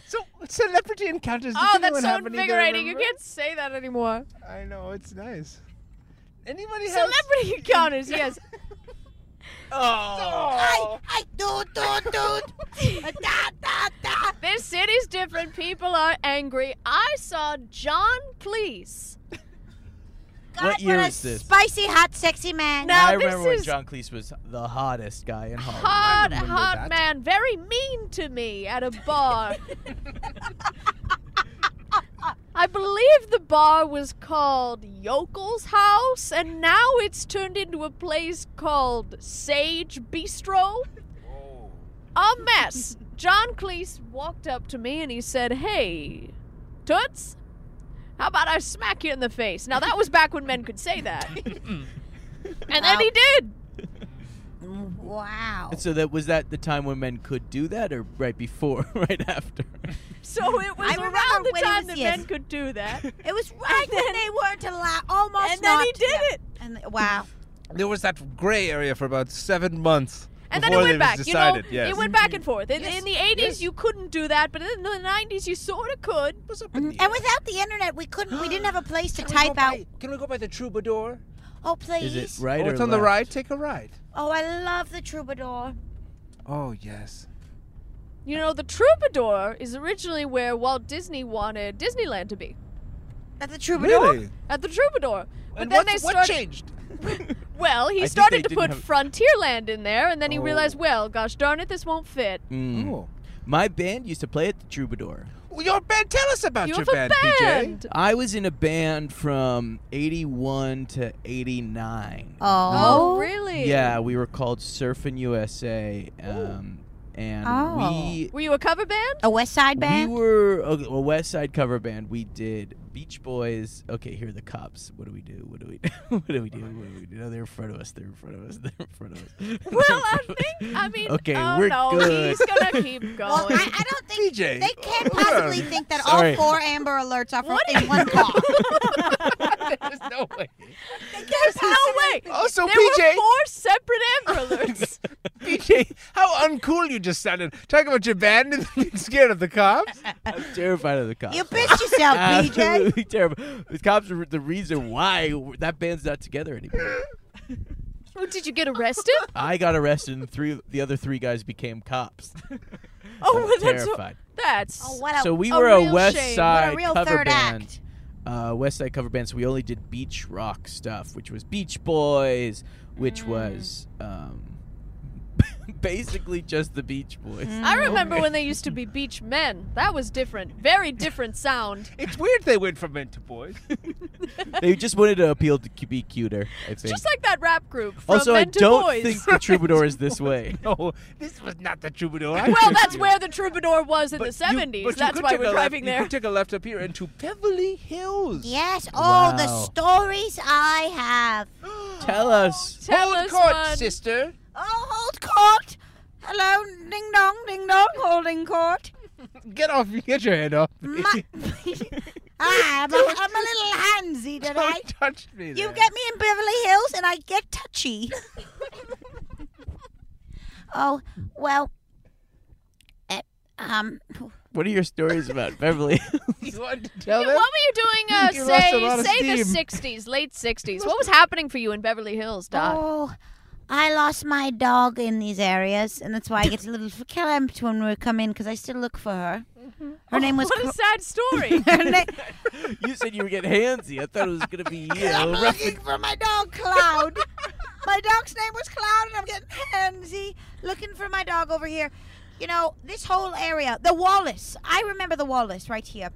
so celebrity encounters. Does
Oh,
anyone
that's so
have any that
invigorating. You
remember?
can't say that anymore.
I know it's nice. Anybody have
Celebrity encounters, yes.
Oh.
Hey, hey, dude, dude,
[LAUGHS]
dude! da, da, da!
This city's different. People are angry. I saw John Cleese.
God,
What year
a
is this?
Spicy, hot, sexy man.
Now
I
this
remember when
is-
John Cleese was the hottest guy in Hollywood.
Hard,
remember
hard
that.
man. Very mean to me at a bar. I believe the bar was called Yokel's House, and now it's turned into a place called Sage Bistro. A mess. John Cleese walked up to me and he said, Hey, Toots, how about I smack you in the face? Now, that was back when men could
[LAUGHS]
say that. and then he did.
Wow.
So that was that the time when men could do that, or right before, [LAUGHS] right after?
[LAUGHS]
So it was
I remember
around the
when it
time
was-
that
yes.
men could
[LAUGHS]
do that.
It was right when they were to lie, almost
and then he
not.
did it.
And,
[LAUGHS]
wow.
There was that gray area for about seven months.
And then
before
it
they
went back.
Was
You know,
decided. yes.
it went back and forth. In,
Yes.
in the 80s, you couldn't do that, but in the 90s, you sort of could.
What's up in
Mm, And
the air?
without the internet, we couldn't. We didn't have a place to
Can we
type
go
out.
by- can we go by the troubadour?
Oh, please.
Is it right
oh,
or
it's on the
left?
right. Take a right.
Oh, I love the troubadour.
Oh yes.
You know, the Troubadour is originally where Walt Disney wanted Disneyland to be.
At the troubadour.
Really?
At the Troubadour. But
and
then
what's-
they
what
started.
changed?
Well, he
think
started
they
to put
didn't have-
Frontierland in there, and then he
Oh.
realized, well, gosh darn it, this won't fit.
Mm.
Oh.
My band used to play at the Troubadour.
Well, your band. Tell us about
you
your
have a
band,
band.
I was in a band from 81 to 89.
Oh,
Oh.
really?
Yeah, we were called Surfin' USA. Um, and
Oh.
we,
Were you a cover band?
A West Side band.
we were a, a West Side cover band. We did Beach Boys. Okay, here are the cops. What do we do? What do we [LAUGHS] do? what do we do? What do we do? No, they're in front of us. They're in front of us. [LAUGHS] They're in front of us. [LAUGHS]
[LAUGHS]
Well, I think I mean.
Okay,
oh,
we're
no,
good.
He's
[LAUGHS]
[LAUGHS]
gonna keep
Well,
going.
I, I don't think
DJ.
they can possibly think that all
Sorry.
four Amber Alerts are from in one call.
There's no way.
There's no way.
Also,
there
PJ.
were four separate Amber Alerts.
[LAUGHS] PJ, how uncool you just sounded. Talking about your band and [LAUGHS] being scared of the cops.
I'm terrified of the cops.
You pissed yourself,
[LAUGHS]
PJ.
Absolutely terrible. The cops are the reason why that band's not together anymore.
oh, did you get arrested?
I got arrested, and three the other three guys became cops.
[LAUGHS] Oh,
I'm
well, that's
terrified.
that's.
Oh, what a,
so we
a
were a
real
West
shame. What a
Side
real
cover
third
band.
act.
Uh, West Side cover band. So we only did beach rock stuff, which was Beach Boys,
Mm.
which was um, [LAUGHS] basically just the Beach Boys.
I remember when they used to be beach men. That was different. Very
[LAUGHS]
different sound.
It's weird they went from men to boys. [LAUGHS]
They just wanted to appeal to cu- be cuter. I think.
Just like that rap group from
also,
Men
I
to
don't
Boys.
think the troubadour is this way.
No, this was not the troubadour.
[LAUGHS]
[LAUGHS]
well, that's where the troubadour was in
But
the
you-
70s.
but you
that's
could
why
take
we're
a
driving
left,
there.
You could take a left up here into Beverly Hills.
Yes. Oh, the
Wow.
stories I have.
Tell us.
Tell
Hold
us
court,
one.
sister.
Oh, hold court. Hello, ding dong, ding dong, holding court.
Get off! [LAUGHS] Get your hand off! me.
My, Ah, I'm, a, I'm a little handsy
Don't
tonight.
touch me.
You
there.
get me in Beverly Hills, and I get touchy. oh well. eh, Um,
What are your stories about Beverly?
You want to tell
What
them? [LAUGHS]
were you
You
doing, uh,
lost a lot
say,
of
say the
steam.
60s, late 60s? What was happening for you in Beverly Hills, Doc?
oh, I lost my dog in these areas, and that's why I get a little [LAUGHS] clamped when we come in because I still look for her. Her name was.
[LAUGHS] What a
Cro- [LAUGHS]
sad story.
her na-
you said you were getting handsy. I thought it was gonna be you.
I'm
know, [LAUGHS] rough
looking for my dog Cloud. my dog's name was Cloud, and I'm getting handsy looking for my dog over here. You know, this whole area, the Wallace. I remember the Wallace right here.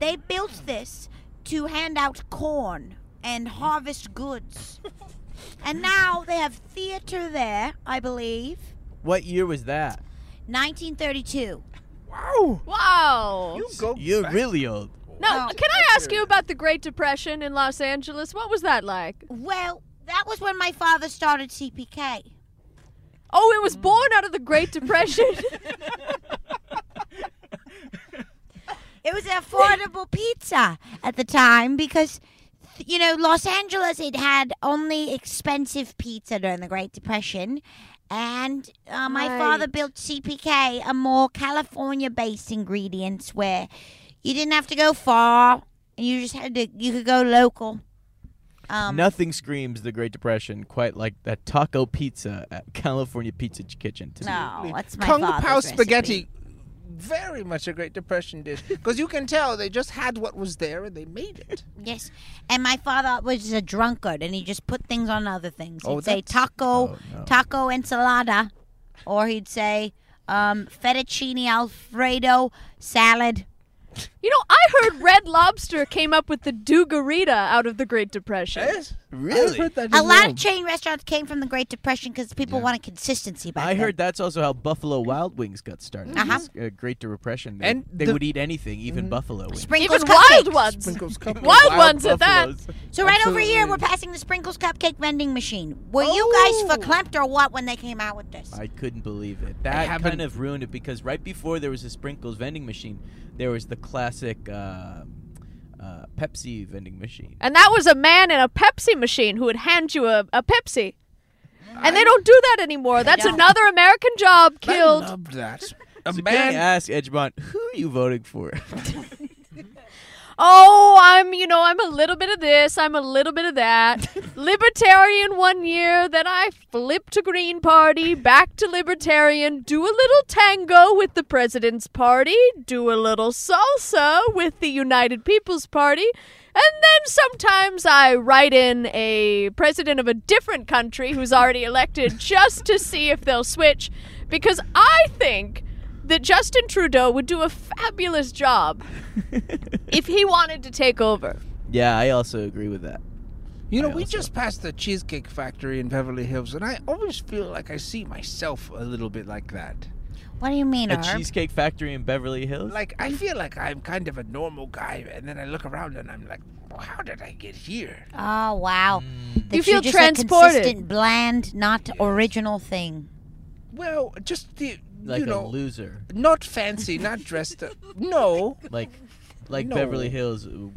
They built this to hand out corn and harvest goods. and now they have theater there, I believe.
What year was that?
1932.
Wow.
Wow.
You go.
You're
back.
really old.
Now, can I ask you about the Great Depression in Los Angeles? What was that like?
Well, that was when my father started CPK.
Oh, it was
Mm.
born out of the Great Depression.
[LAUGHS] It was affordable pizza at the time because, you know, Los Angeles, it had only expensive pizza during the Great Depression. And uh, my
Right.
father built CPK, a more California based ingredients where you didn't have to go far and you just had to, you could go local. Um,
Nothing screams the Great Depression quite like that taco pizza at California Pizza Kitchen. To me.
no, that's my
Kung
father's
Pao
recipe.
spaghetti. Very much a Great Depression dish. Because you can tell they just had what was there and they made it.
Yes, and my father was a drunkard, and he just put things on other things. He'd
Oh,
say
that's-
taco,
Oh, no.
taco ensalada, or he'd say um, fettuccine alfredo salad.
you know, I heard Red Lobster came up with the Dugarita out of the Great Depression.
Really?
A lot of chain restaurants came from the Great Depression because people wanted consistency back
I
then.
heard that's also how Buffalo Wild Wings got started.
Uh-huh.
It was a Great Depression. They,
And
they
the-
would eat anything, even buffalo wings.
sprinkles
Even
cupcakes.
wild ones.
Wild,
Wild ones at that.
Buffaloes.
So right over here,
Absolutely.
we're passing the sprinkles cupcake vending machine. Were you guys verklempt or what when they came out with this?
Oh. I couldn't believe it. That
haven't-
kind of ruined it because right before there was a Sprinkles vending machine, there was the classic um uh, Pepsi vending machine.
And that was a man in a Pepsi machine who would hand you a, a Pepsi. And they don't do that anymore. That's
don't.
another American job
I
killed.
loved that. A
So can I
man.
ask Edgemont, who are you voting for? [LAUGHS]
Oh, I'm, you know, I'm a little bit of this, I'm a little bit of that. libertarian one year, then I flip to Green Party, back to Libertarian, do a little tango with the President's Party, do a little salsa with the United People's Party, and then sometimes I write in a president of a different country who's already elected just to see if they'll switch, because I think that Justin Trudeau would do a fabulous job if he wanted to take over.
yeah, I also agree with that.
You know,
I
we
also-
just passed the Cheesecake Factory in Beverly Hills, and I always feel like I see myself a little bit like that.
What do you mean,
A
Herb?
cheesecake factory in Beverly Hills?
Like, I feel like I'm kind of a normal guy, and then I look around and I'm like, how did I get here?
Oh wow! That
Mm.
You feel
just
transported.
A consistent, bland, not original thing.
Well, just the,
Like
you
a
know,
loser.
not fancy, not dressed up.
[LAUGHS]
No.
Like like
No.
Beverly Hills uh,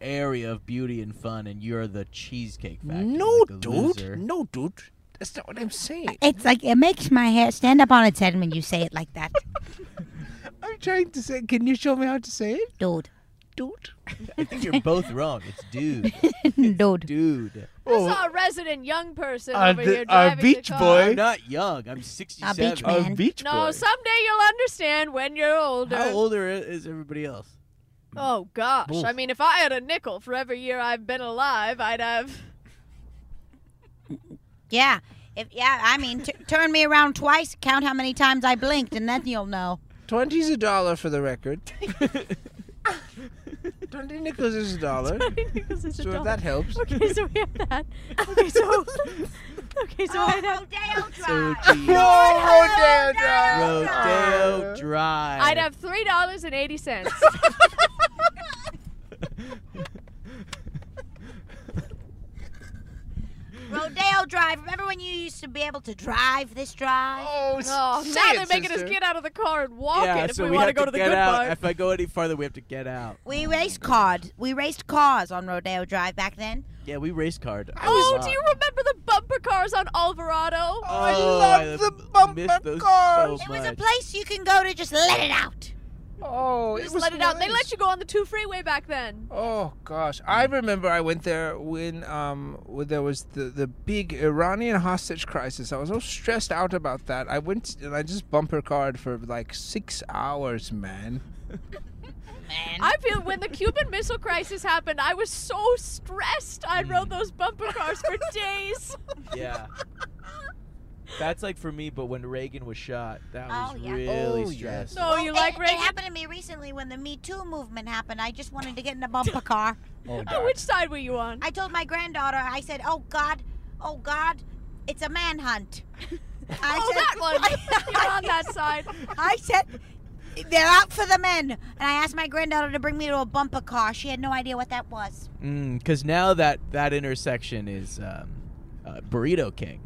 area of beauty and fun and you're the cheesecake factory.
No,
like a
dude.
loser.
No, dude. That's not what I'm saying.
It's like it makes my hair stand up on its head when you say it like that,
I'm trying to say, can you show me how to say it?
[LAUGHS] dude,
Dude.
I think you're both wrong. It's
[LAUGHS]
dude.
[LAUGHS] dude.
Dude.
I saw a resident young person
A
over
d-
here
a
driving the
beach
car.
boy.
I'm not young. I'm 67.
man.
A beach
No,
boy.
someday you'll understand when you're older.
How older i- is everybody
[LAUGHS]
else?
Oh gosh! I mean, if I had a nickel for every year I've been alive, I'd have. [LAUGHS]
Yeah, if yeah, I mean, t- turn me around twice, count how many times I blinked, and then you'll [LAUGHS] know.
Twenty's a dollar for the
[LAUGHS]
record. [LAUGHS] Twenty nickels is a dollar. So if that
[LAUGHS]
helps.
Okay, so we have that. Okay, so. Okay, so
Oh,
I have.
So
Oh, Rodeo
Rodeo Drive.
I'd have three dollars and eighty cents.
[LAUGHS] Rodeo Drive. Remember when you used to be able to drive this drive?
Oh,
Oh,
say
now
it,
they're making
sister.
us get out of the car and walk
yeah,
it if
so
we,
we
want
have
go to the
get
good
out.
part.
If I go any farther, we have to get out.
We raced cars. We raced cars on Rodeo Drive back then.
Yeah, we race card. a
Oh,
lot.
do you remember the bumper cars on Alvarado?
Oh,
I love
I
the
miss
bumper
those
cars.
So
It was a
much.
place you can go to just let it out.
Oh,
Just
it was
let it out. They
nice.
let you go on the two freeway back then.
Oh gosh, I remember I went there when um when there was the the big Iranian hostage crisis. I was so stressed out about that. I went and I just bumper carred for like six hours, man.
I feel when the Cuban Missile Crisis happened, I was so stressed. I rode those bumper cars for days.
Yeah. That's like for me, but when Reagan was shot, that
Oh,
was
yeah.
really
Oh, yes.
stressful.
No, you like
it, it
Reagan?
happened to me recently when the Me Too movement happened. I just wanted to get in a
[LAUGHS]
bumper car.
Oh,
Oh, which side were you on?
I told my granddaughter, I said, "Oh God, oh God, it's a
[LAUGHS]
manhunt." I
oh,
said, [LAUGHS]
[LAUGHS] that one. You're on that side.
I said, They're out for the men. And I asked my granddaughter to bring me to a bumper car. She had no idea what that was.
Because Mm, now that that intersection is um, uh, Burrito King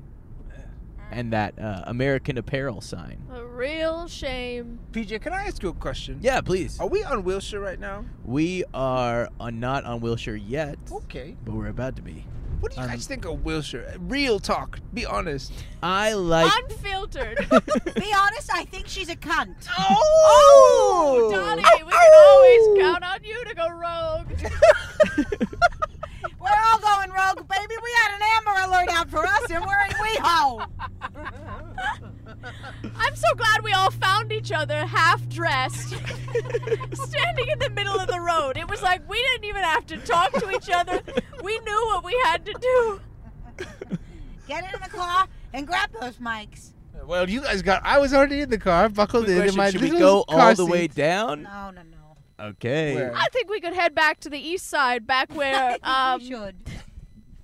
and that uh, American Apparel sign.
A real shame.
PJ, can I ask you a question?
Yeah, please.
Are we on Wilshire right now?
We are uh, not on Wilshire yet,
Oh.
Okay. Um,
but we're about to be.
What do you guys think of Wilshire? Real talk. Be honest.
I like. [LAUGHS]
Unfiltered. [LAUGHS]
Be honest, I think she's a cunt.
Oh,
Donnie, we can
Oh.
always count on you to go rogue.
We're all going rogue, baby. We had an Amber Alert out for us, and we're in WeHo.
I'm so glad we all found each other half dressed, standing in the middle of the road. It was like we didn't even have to talk to each other. We knew what we had to do.
Get in the car and grab those mics.
Well, you guys got. I was already in the car, buckled in, in
Question,
my
should we
little
go
car
all the way
seat.
down?
No, no, no.
Okay.
Where?
I think we could head back to the east side, back
[LAUGHS]
where
I
um
think [LAUGHS] we should.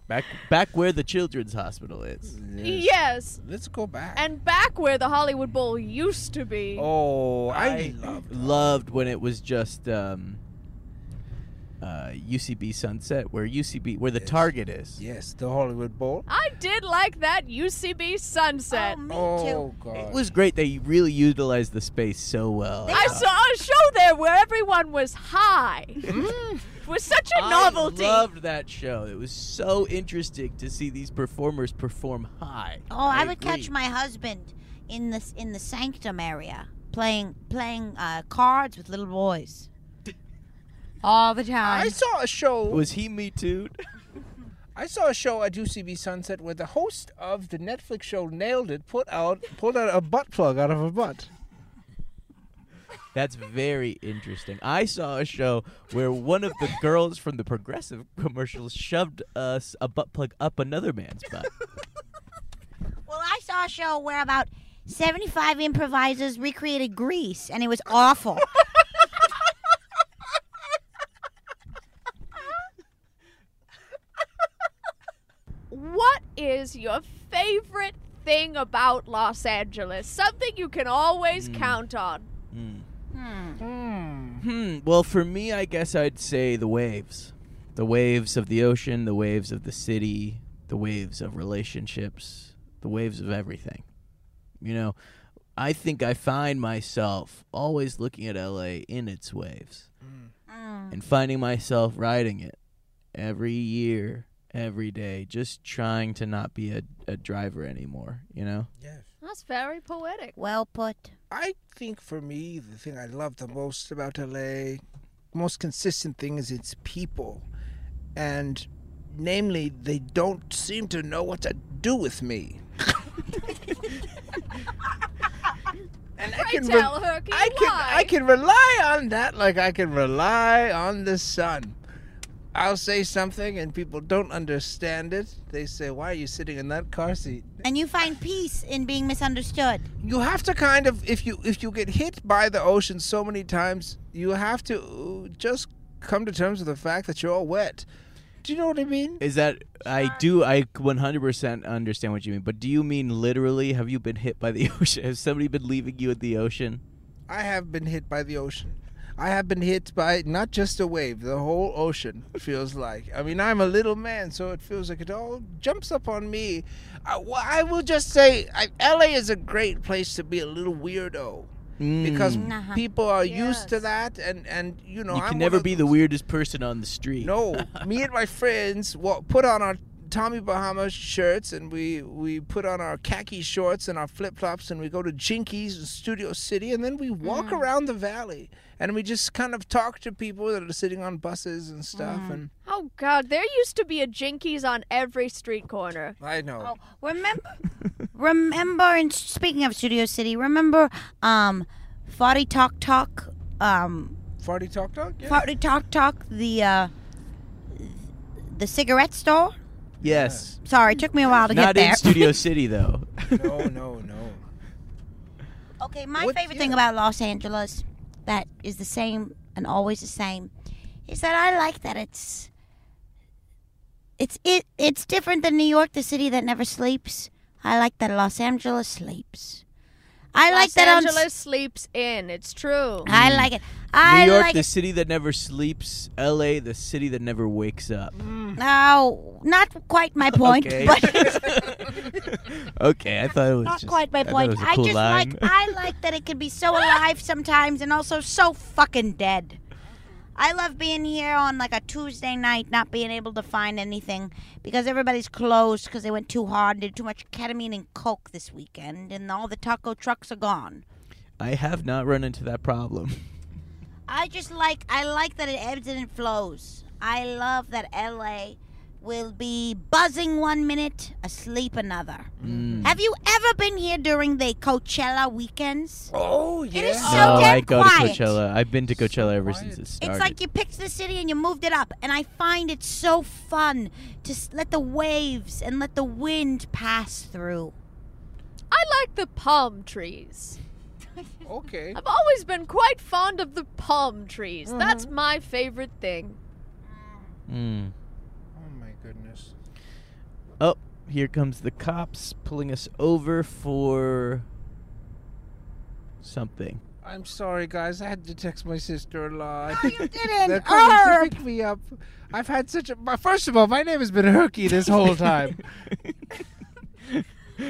Back back where the children's hospital is.
yes,
Let's go back.
and back where the Hollywood Bowl used to be.
oh, I,
I
love.
loved when it was just um, uh, UCB Sunset, where UCB, where the Target is.
Yes, the Hollywood Bowl.
I did like that UCB sunset.
Oh, me too.
Oh God.
It was great. They really utilized the space so well.
I saw a show there where everyone was high.
Mm.
[LAUGHS] It was such a novelty.
I loved that show. It was so interesting to see these performers perform high.
Oh, I, would
agree.
catch my husband in the in the sanctum area playing playing uh, cards with little boys all the time.
I saw a show.
Was he me too? [LAUGHS]
I saw a show at UCB Sunset where the host of the Netflix show Nailed It put out pulled out a butt plug out of a butt.
That's very interesting. I saw a show where one of the girls from the progressive commercials shoved us a butt plug up another man's butt.
Well, I saw a show where about 75 improvisers recreated Greece, and it was awful.
[LAUGHS]
What is your favorite thing about Los Angeles? Something you can always count on.
Hmm. Well, for me, I guess I'd say the waves. The waves of the ocean, the waves of the city, the waves of relationships, the waves of everything. You know, I think I find myself always looking at LA in its waves and finding myself riding it every year, every day, just trying to not be a, a driver anymore, you know?
That's very poetic.
well put.
I think for me, the thing I love the most about LA, most consistent thing is its people. And namely, they don't seem to know what to do with
[LAUGHS]
me. and I
Pray
can,
tell,
re-
Herky,
I, can,
why?
I can rely on that like I can rely on the sun. I'll say something and people don't understand it. They say, Why are you sitting in that car seat?
And you find peace in being misunderstood.
you have to kind of if you if you get hit by the ocean so many times you have to uh, just come to terms with the fact that you're all wet do you know what i mean
Is that I do I 100% understand what you mean, but do you mean literally have you been hit by the [LAUGHS] ocean? Has somebody been leaving you at the ocean?
i have been hit by the ocean i have been hit by not just a wave the whole ocean feels like i mean i'm a little man so it feels like it all jumps up on me i, well, I will just say I, la is a great place to be a little weirdo
Mm.
because
Uh-huh.
people are used to that and and you know
you
I'm
can
one
never
of
be
those-
the weirdest person on the street.
[LAUGHS] No, me and my friends wa- put on our Tommy Bahama shirts and we we put on our khaki shorts and our flip flops and we go to Jinkies in Studio City and then we walk around the valley and we just kind of talk to people that are sitting on buses and stuff and
Oh God, there used to be a Jinkies on every street corner.
I know. [LAUGHS]
Remember, remember, and speaking of Studio City, remember, um, Farty Talk Talk, um,
Farty Talk Talk? Yeah.
Farty Talk Talk, the, uh, the cigarette store?
Yes.
Sorry, it took me a while to
Not
get there.
in
[LAUGHS]
Studio City though. [LAUGHS]
no, Oh, no, no.
Okay, my
What-
favorite thing
yeah.
about Los Angeles that is the same and always the same is that I like that it's it's it it's different than New York, the city that never sleeps. I like that Los Angeles sleeps. I like
Los
that on. s- Uh-huh.
Angeles sleeps in. It's true.
I like it. I
New York,
like
the
it.
city that never sleeps. L.A., the city that never wakes up.
No, not quite my point,
Okay.
but
[LAUGHS]
[LAUGHS]
Okay, I thought it was
not
just,
quite my
I thought it
point.
was a
I
cool
just
line.
like I like that it can
[LAUGHS]
be so alive sometimes and also so fucking dead. I love being here on like a Tuesday night, not being able to find anything because everybody's closed because they went too hard and did too much ketamine and coke this weekend, and all the taco trucks are gone.
[LAUGHS] I have not run into that problem.
I just like I like that it ebbs and it flows. I love that LA will be buzzing one minute, asleep another.
Mm.
Have you ever been here during the Coachella weekends?
Oh yeah.
It is so
no,
damn
I go
quiet.
to Coachella. I've been to Coachella ever
quiet.
since it started.
It's like you picked the city and you moved it up, and I find it so fun to s- let the waves and let the wind pass through.
I like the palm trees.
okay.
I've always been quite fond of the palm trees.
Mm-hmm.
That's my favorite thing.
Mm.
Oh my goodness.
Oh, here comes the cops pulling us over for something.
I'm sorry, guys. I had to text my sister-in-law.
[LAUGHS] You didn't.
[LAUGHS] They're coming
Arr!
to pick me up. I've had such a. my- First of all, my name has been Herky this
[LAUGHS]
whole time.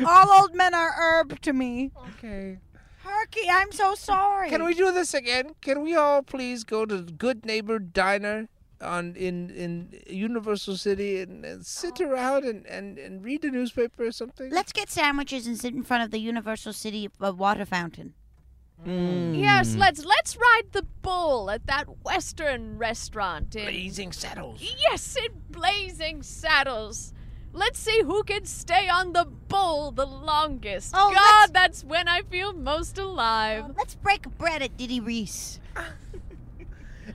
All old men are herb to me.
okay.
Herky, I'm so sorry.
Can we do this again? Can we all please go to Good Neighbor Diner on in in Universal City and, and sit around and, and and read the newspaper or something?
Let's get sandwiches and sit in front of the Universal City uh, water fountain. Hmm.
Yes, let's let's ride the bull at that western restaurant in
Blazing saddles.
Yes, in blazing saddles. Let's see who can stay on the bull the longest.
Oh, let's- Oh,
God, that's when I feel most alive.
Let's break bread at Diddy Reese.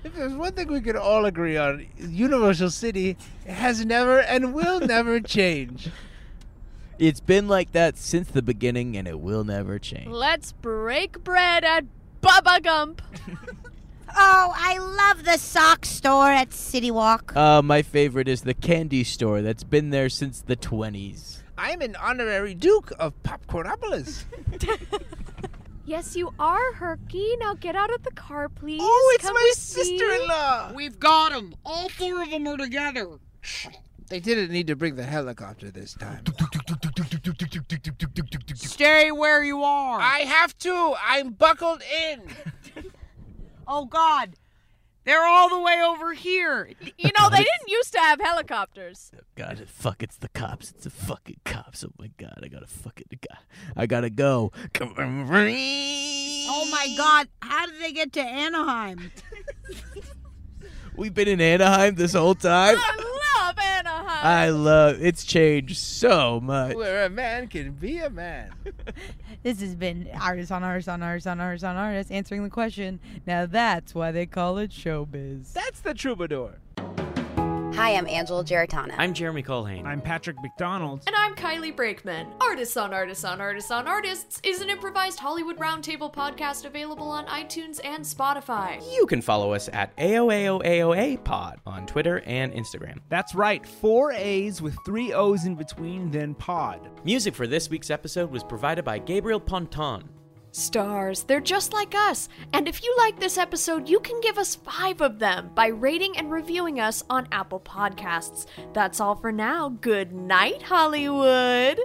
If there's one thing we can all agree on, Universal City has never and will [LAUGHS] never change.
It's been like that since the beginning, and it will never change.
Let's break bread at Bubba Gump.
Oh, I love the sock store at City Walk.
Uh, my favorite is the candy store that's been there since the 20s.
I'm an honorary Duke of Popcornopolis.
Yes, you are, Herky. Now get out of the car, please.
Oh, it's
Come
my
with me.
sister-in-law.
We've got them. All four of them are together.
They didn't need to bring the helicopter this time.
Stay where you are.
I have to. I'm buckled in.
oh God, they're all the way over here.
You
[LAUGHS]
know, they didn't used to have helicopters.
God, it- fuck, it's the cops. It's the fucking cops. Oh my god, I gotta fucking. I gotta go.
Oh my God, how did they get to Anaheim?
We've been in Anaheim this whole time.
I love Anaheim.
I love it's changed so much.
Where a man can be a man.
[LAUGHS] This has been artists on artists on artists on artists on artists answering the question. Now that's why they call it showbiz.
That's the troubadour.
Hi, I'm Angela Geritana.
I'm Jeremy Colhane.
I'm Patrick McDonald.
And I'm Kylie Brakeman. Artists on Artists on Artists on Artists is an improvised Hollywood roundtable podcast available on iTunes and Spotify.
You can follow us at AOAOAOA Pod on Twitter and Instagram.
That's right, four A's with three O's in between, then pod.
Music for this week's episode was provided by Gabriel Ponton.
Stars, they're just like us. And if you like this episode, you can give us five of them by rating and reviewing us on Apple Podcasts. That's all for now. Good night, Hollywood.